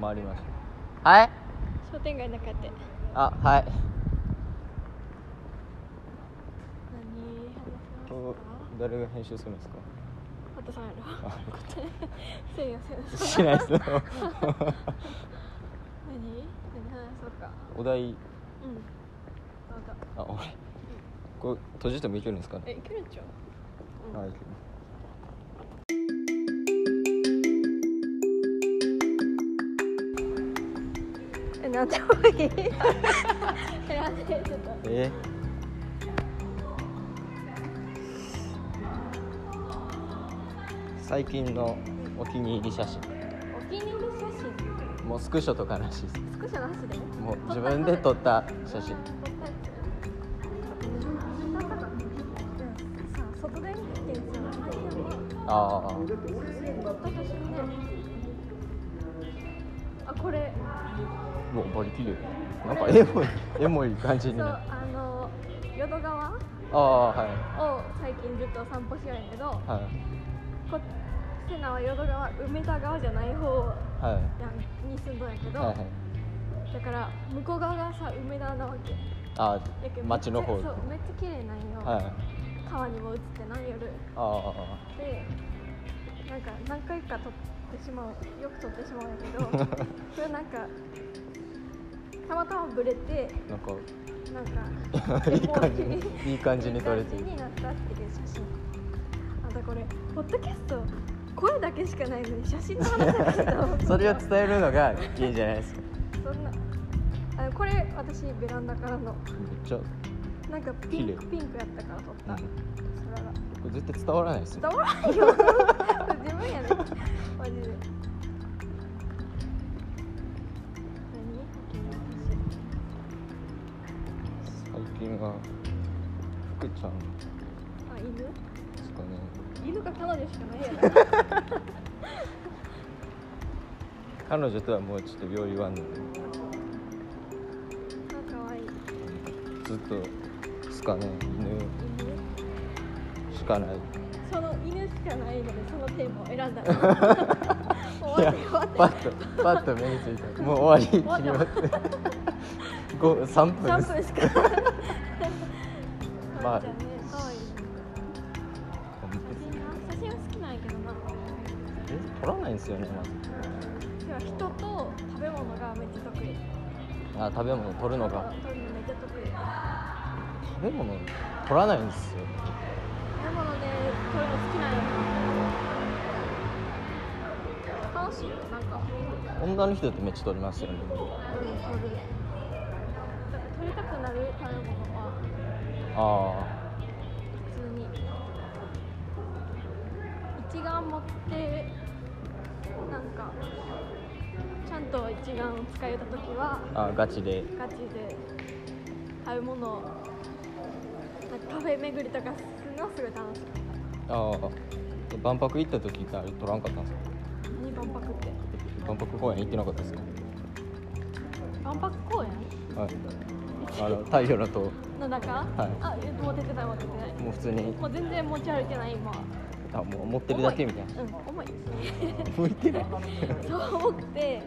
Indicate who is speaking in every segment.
Speaker 1: 回りました
Speaker 2: はい
Speaker 3: 商店街の中で
Speaker 2: あはい
Speaker 3: 何話します
Speaker 1: こ
Speaker 3: か
Speaker 1: う誰が編集するんですか
Speaker 3: お父さんやろ
Speaker 1: あ よかっ
Speaker 3: せいやせいや
Speaker 1: たしない ですよ
Speaker 3: 何何話そうか
Speaker 1: お題
Speaker 3: うんそうだ
Speaker 1: あ俺これ閉じてもいけるんですか
Speaker 3: え
Speaker 1: ね
Speaker 3: いけるんちゃううん
Speaker 1: はいいける
Speaker 3: えなんでもいいえなんでちょっと
Speaker 1: え最近のお気に入り写真
Speaker 3: お気に入り写真
Speaker 1: もうスクショとかなしです
Speaker 3: スクショなしでも
Speaker 1: もう自分で撮った写真
Speaker 3: 外で見てるじゃん
Speaker 1: ああ
Speaker 3: 撮った写真ねあこれ
Speaker 1: うわバリ綺麗なんかエモいエモい感じに
Speaker 3: そう
Speaker 1: なる
Speaker 3: あの淀川を
Speaker 1: ああは
Speaker 3: 最近ずっと散歩してるんやけど
Speaker 1: いは
Speaker 3: こセナは淀川梅田川じゃない方
Speaker 1: いはい
Speaker 3: やんに住んどんやけど、
Speaker 1: はいはい
Speaker 3: だから向こう側がさ梅田なわけ
Speaker 1: あ
Speaker 3: やけ
Speaker 1: あ
Speaker 3: ど
Speaker 1: 街の方
Speaker 3: めっ
Speaker 1: はい
Speaker 3: ちゃそうめっちゃ綺麗なんよ、
Speaker 1: あ
Speaker 3: 川にも映ってない夜
Speaker 1: あ
Speaker 3: でなんか何回か撮ってしまうよく撮ってしまうんやけど 今日なんかたまたまブレて
Speaker 1: なんか
Speaker 3: なんか
Speaker 1: いい感じにいい感じに撮れて
Speaker 3: いい
Speaker 1: る
Speaker 3: 感じになったっていう写真あんたこれポッドキャスト声だけしかないのに写真の話だけど
Speaker 1: それを伝えるのがいいんじゃないですか
Speaker 3: そんなあこれ私ベランダからの
Speaker 1: めっちゃ、うん、
Speaker 3: なんかピン
Speaker 1: 綺
Speaker 3: クピンクやったから撮った、空が
Speaker 1: これ絶対伝わらないですよ
Speaker 3: 伝わらんよ自分やねマジで何
Speaker 1: 最近は福ちゃんで
Speaker 3: あ犬
Speaker 1: すかね
Speaker 3: 犬か彼女しかないやろ
Speaker 1: 彼女とはもうちょっと病言わんので
Speaker 3: あかわいい
Speaker 1: ずっとですかね
Speaker 3: 犬
Speaker 1: 犬しかない
Speaker 3: その犬しかないのでそのテーマを選 んだの
Speaker 1: い
Speaker 3: 終わ
Speaker 1: や
Speaker 3: って終わって
Speaker 1: パッとパッと目についたもう終わり切ります五3分で
Speaker 3: 3
Speaker 1: す
Speaker 3: 分しか
Speaker 1: まあ
Speaker 3: かわいいねかわいい写真な写真は好きなんやけどな
Speaker 1: え撮らないんですよねまず
Speaker 3: では人と食べ物がめっちゃ得意
Speaker 1: あ食べ物撮るのが
Speaker 3: 撮るのめっちゃ得意
Speaker 1: 食べ物撮らないんですよ
Speaker 3: 食べ物で撮るの好きなんやな楽しいよなんか
Speaker 1: 女の人ってめっちゃ撮りますよね
Speaker 3: うん撮る撮りたくなる食べ物は
Speaker 1: あ
Speaker 3: 普通に一眼持ってなんかちゃんと一眼を使えた時は
Speaker 1: ーあーガチで
Speaker 3: ガチで買うものをなんかカフェ巡りとかするのすごい楽しかっ
Speaker 1: ああ万博行った時が撮らんかったんですか
Speaker 3: た何万博って
Speaker 1: 万博公園行ってなかったですか
Speaker 3: 万博公園
Speaker 1: はいあの太陽の塔
Speaker 3: の中、
Speaker 1: い
Speaker 3: あえもう出てないもう出てない
Speaker 1: もう普通に
Speaker 3: もう全然持ち歩いてない今
Speaker 1: あもう持ってるだけみたいな
Speaker 3: 重うん重いですね
Speaker 1: 向い てないは
Speaker 3: そう重くて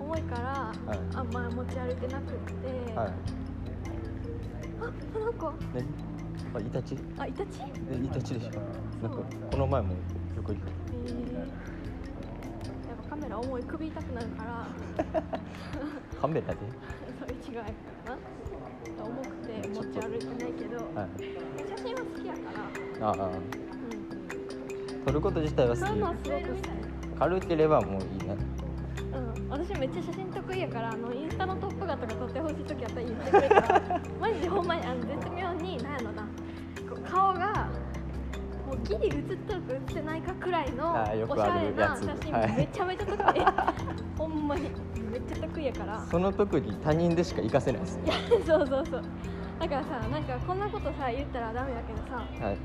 Speaker 3: 重いから、
Speaker 1: い
Speaker 3: あんまり持ち歩いてなくって、
Speaker 1: はい
Speaker 3: あなんか
Speaker 1: 何あイタチ
Speaker 3: あイタチ
Speaker 1: えイタチでしょなんかこの前もよく行く
Speaker 3: えーやっぱカメラ重い首痛くなるから
Speaker 1: カメラで
Speaker 3: そう一概かな重くて持ち歩いてないけど
Speaker 1: はい
Speaker 3: 写真は好きやから
Speaker 1: ああ
Speaker 3: うん
Speaker 1: 撮ること自体は
Speaker 3: そういうのは
Speaker 1: 好
Speaker 3: すごく好き
Speaker 1: き軽ければもういいな
Speaker 3: うん、私めっちゃ写真得意やからあのインスタのトップ画とか撮ってほしい時あったら言ってくれた らマジでほんまにあの絶妙に何やろなこう顔がもうギリ写っとるか写ってないかくらいの
Speaker 1: あーよ
Speaker 3: おし
Speaker 1: くあ
Speaker 3: ゃれ
Speaker 1: る
Speaker 3: な
Speaker 1: や
Speaker 3: 写
Speaker 1: つ
Speaker 3: 真
Speaker 1: はい
Speaker 3: めちゃめちゃ得 意、ほんまにめっちゃ得意やから
Speaker 1: その特技他人でしか活かせないです
Speaker 3: いやそうそうそうだからさなんかこんなことさ言ったらダメだけどさ
Speaker 1: はい
Speaker 3: こ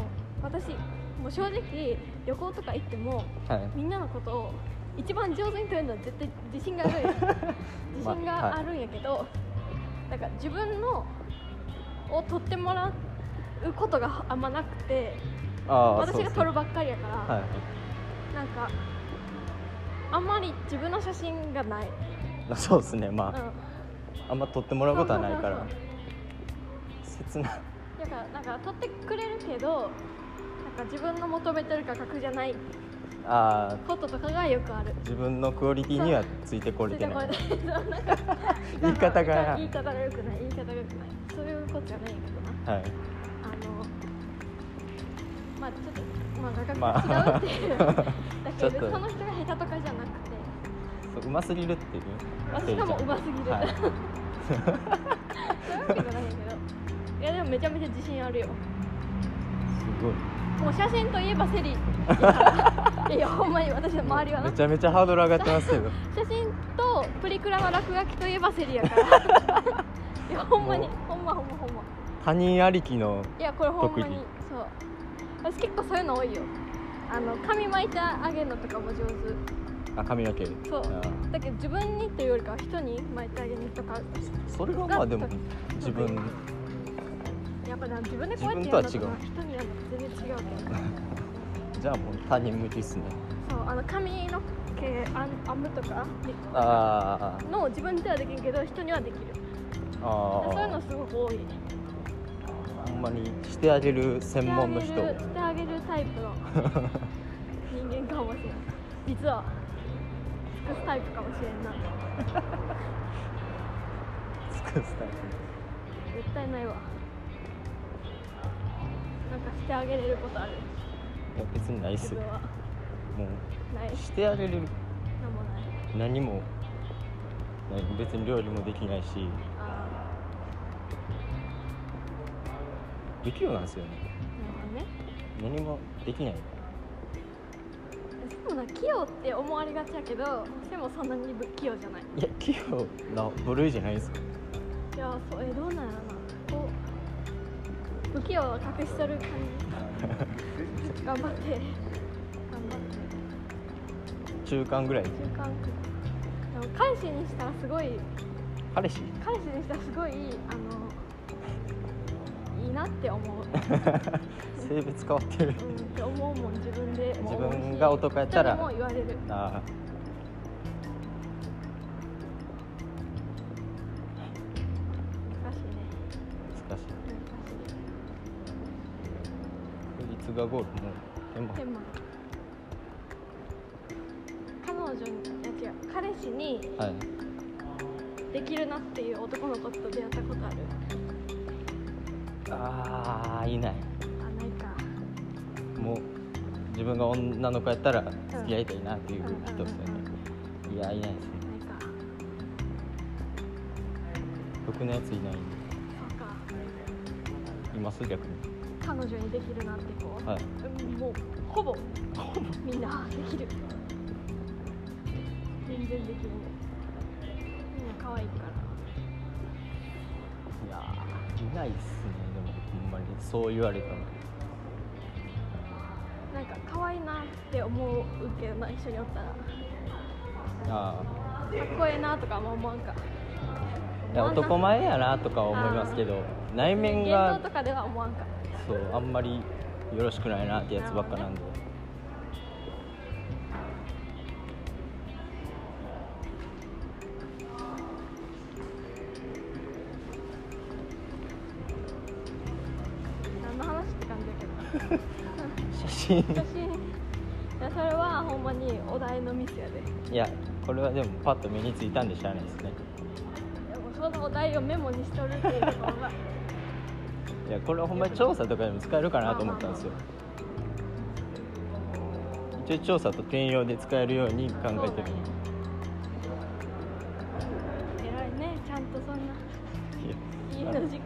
Speaker 3: う私もう正直旅行とか行っても
Speaker 1: はい
Speaker 3: みんなのことを一番上手に撮るのは絶対自信があるん や自信
Speaker 1: ま
Speaker 3: が
Speaker 1: はい
Speaker 3: あるんやけど、なんか自分のを撮ってもらうことがあんまなくて
Speaker 1: ああ
Speaker 3: 私が撮る
Speaker 1: ば
Speaker 3: ばっかりやから、
Speaker 1: はい
Speaker 3: なんかあんまり自分の写真がない、
Speaker 1: あそうですね
Speaker 3: う
Speaker 1: ま
Speaker 3: ん、
Speaker 1: あ、
Speaker 3: だ
Speaker 1: あんま撮ってもらうことはないから
Speaker 3: そうそう
Speaker 1: 切な
Speaker 3: からなんか撮ってくれるけどなんか自分の求めてる価格じゃない
Speaker 1: あー
Speaker 3: こととかがよくある
Speaker 1: 自分のクオリティにはついてこれてない
Speaker 3: ついてこれてないなんか
Speaker 1: 言い方が
Speaker 3: 言い方が良くない言い方が良くないそういうことじゃないんだけどな
Speaker 1: はい
Speaker 3: あのまあちょっとまあ
Speaker 1: ま
Speaker 3: 画角が違う
Speaker 1: あ
Speaker 3: っていう、だ
Speaker 1: ちょ
Speaker 3: け
Speaker 1: っと
Speaker 3: どその人が下手とかじゃなくて
Speaker 1: そううますぎるっていう
Speaker 3: 私がもうますぎる、
Speaker 1: はい
Speaker 3: そういうわけじゃないけどいやでもめちゃめちゃ自信あるよ
Speaker 1: すごい
Speaker 3: もう写真といえばセリいやほんまに私の周りはな
Speaker 1: めちゃめちゃハードル上がってますけど
Speaker 3: 写真とプリクラの落書きといえばセリやから いやほんまに
Speaker 1: も
Speaker 3: ほんまほんまほんま
Speaker 1: 他人ありきの
Speaker 3: いやこれほんま
Speaker 1: 特
Speaker 3: に
Speaker 1: 技
Speaker 3: そう私結構そういうの多いよあの髪巻いてあげるのとかも上手
Speaker 1: あ髪の毛
Speaker 3: そう
Speaker 1: あー
Speaker 3: だけど自分にというよりかは人に巻いてあげるとか
Speaker 1: それはまあでも自分
Speaker 3: やっぱな自分でこうやってやるのと
Speaker 1: 自分とは
Speaker 3: な人にやるのと全然違うけど
Speaker 1: じゃあもう他人向きっすね
Speaker 3: そうあの髪の毛あん編むとか
Speaker 1: あー
Speaker 3: の自分ではできんけど人にはできる
Speaker 1: あー
Speaker 3: そういうのすごく多い
Speaker 1: ほんまにしてあげる専門の人
Speaker 3: してあげるしてあげるタイプの人間かもしれない実は尽くすタイプかもしれんな
Speaker 1: 尽くすタイ
Speaker 3: 絶対ないわなんかしてあげれることある
Speaker 1: プいや別にないっすよ
Speaker 3: 自分は
Speaker 1: も
Speaker 3: ないう
Speaker 1: してあげれる
Speaker 3: なんもない
Speaker 1: 何もない別に料理もできないし
Speaker 3: あ
Speaker 1: 不器用なんですよね
Speaker 3: あなるほどね
Speaker 1: 何もできない
Speaker 3: でもな器用って思われがちやけどでもそんなに不器用じゃない
Speaker 1: いや器用な部類じゃないですか
Speaker 3: いやそうえどうなんやろなこう不器用を隠しとる感 じ頑張って頑張って
Speaker 1: 中間ぐらい
Speaker 3: 中間でも彼氏にしたらすごい
Speaker 1: 彼 氏
Speaker 3: 彼氏にしたらすごいあのいいなって思う、
Speaker 1: 性別変わってる
Speaker 3: うん、って思うもん自分で も
Speaker 1: 自
Speaker 3: 思うし
Speaker 1: 分が男やったら
Speaker 3: 人にも言われる
Speaker 1: あー難しい
Speaker 3: 難しいね難
Speaker 1: いつがゴールもう
Speaker 3: しいでも彼女にいや違う彼氏に
Speaker 1: はい
Speaker 3: できるなっていう男の子と出会ったことある
Speaker 1: ああいない
Speaker 3: あないか
Speaker 1: もう自分が女の子やったら付き合いたいなっていう人ですよね
Speaker 3: うんうん
Speaker 1: いやいないですね
Speaker 3: ないか
Speaker 1: 僕のやついない
Speaker 3: そうか
Speaker 1: います逆に
Speaker 3: 彼女にできるなってこう
Speaker 1: はい
Speaker 3: うんもうほぼみんなできる全然できるみんな可愛いから
Speaker 1: いやーいないっすねでもほんまにそう言われたら
Speaker 3: なんか可愛いなって思うけどな一緒におったら
Speaker 1: あ
Speaker 3: かっこええなとかも思わんか
Speaker 1: ーいや男前やなとかは思いますけど内面
Speaker 3: 言動
Speaker 1: が
Speaker 3: とかでは思わんか
Speaker 1: そうあんまりよろしくないなってやつばっかなんで
Speaker 3: 何の話って感じ
Speaker 1: 写
Speaker 3: だ
Speaker 1: 真
Speaker 3: けど私いやそれはほんまにお題のミスやで
Speaker 1: いやこれはでもパッと目についたんでしゃあないですね
Speaker 3: でもそのお題をメモにしとるっていうところが
Speaker 1: いやこれはほんまに調査とかでも使えるかなと思ったんですよ一応調査と転用で使えるように考えてる
Speaker 3: そうなんや偉いねちゃんとそんない家
Speaker 1: や
Speaker 3: の時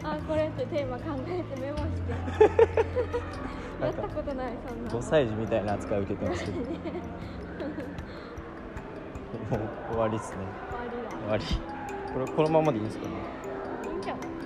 Speaker 3: 間あこれってテーマ考えてメモして やったことないそんな
Speaker 1: 5歳児みたいな扱い受けてますけどもう終わりっすね
Speaker 3: 終わり
Speaker 1: 終わりこれこのままでいいんですかね
Speaker 3: だいいんじゃない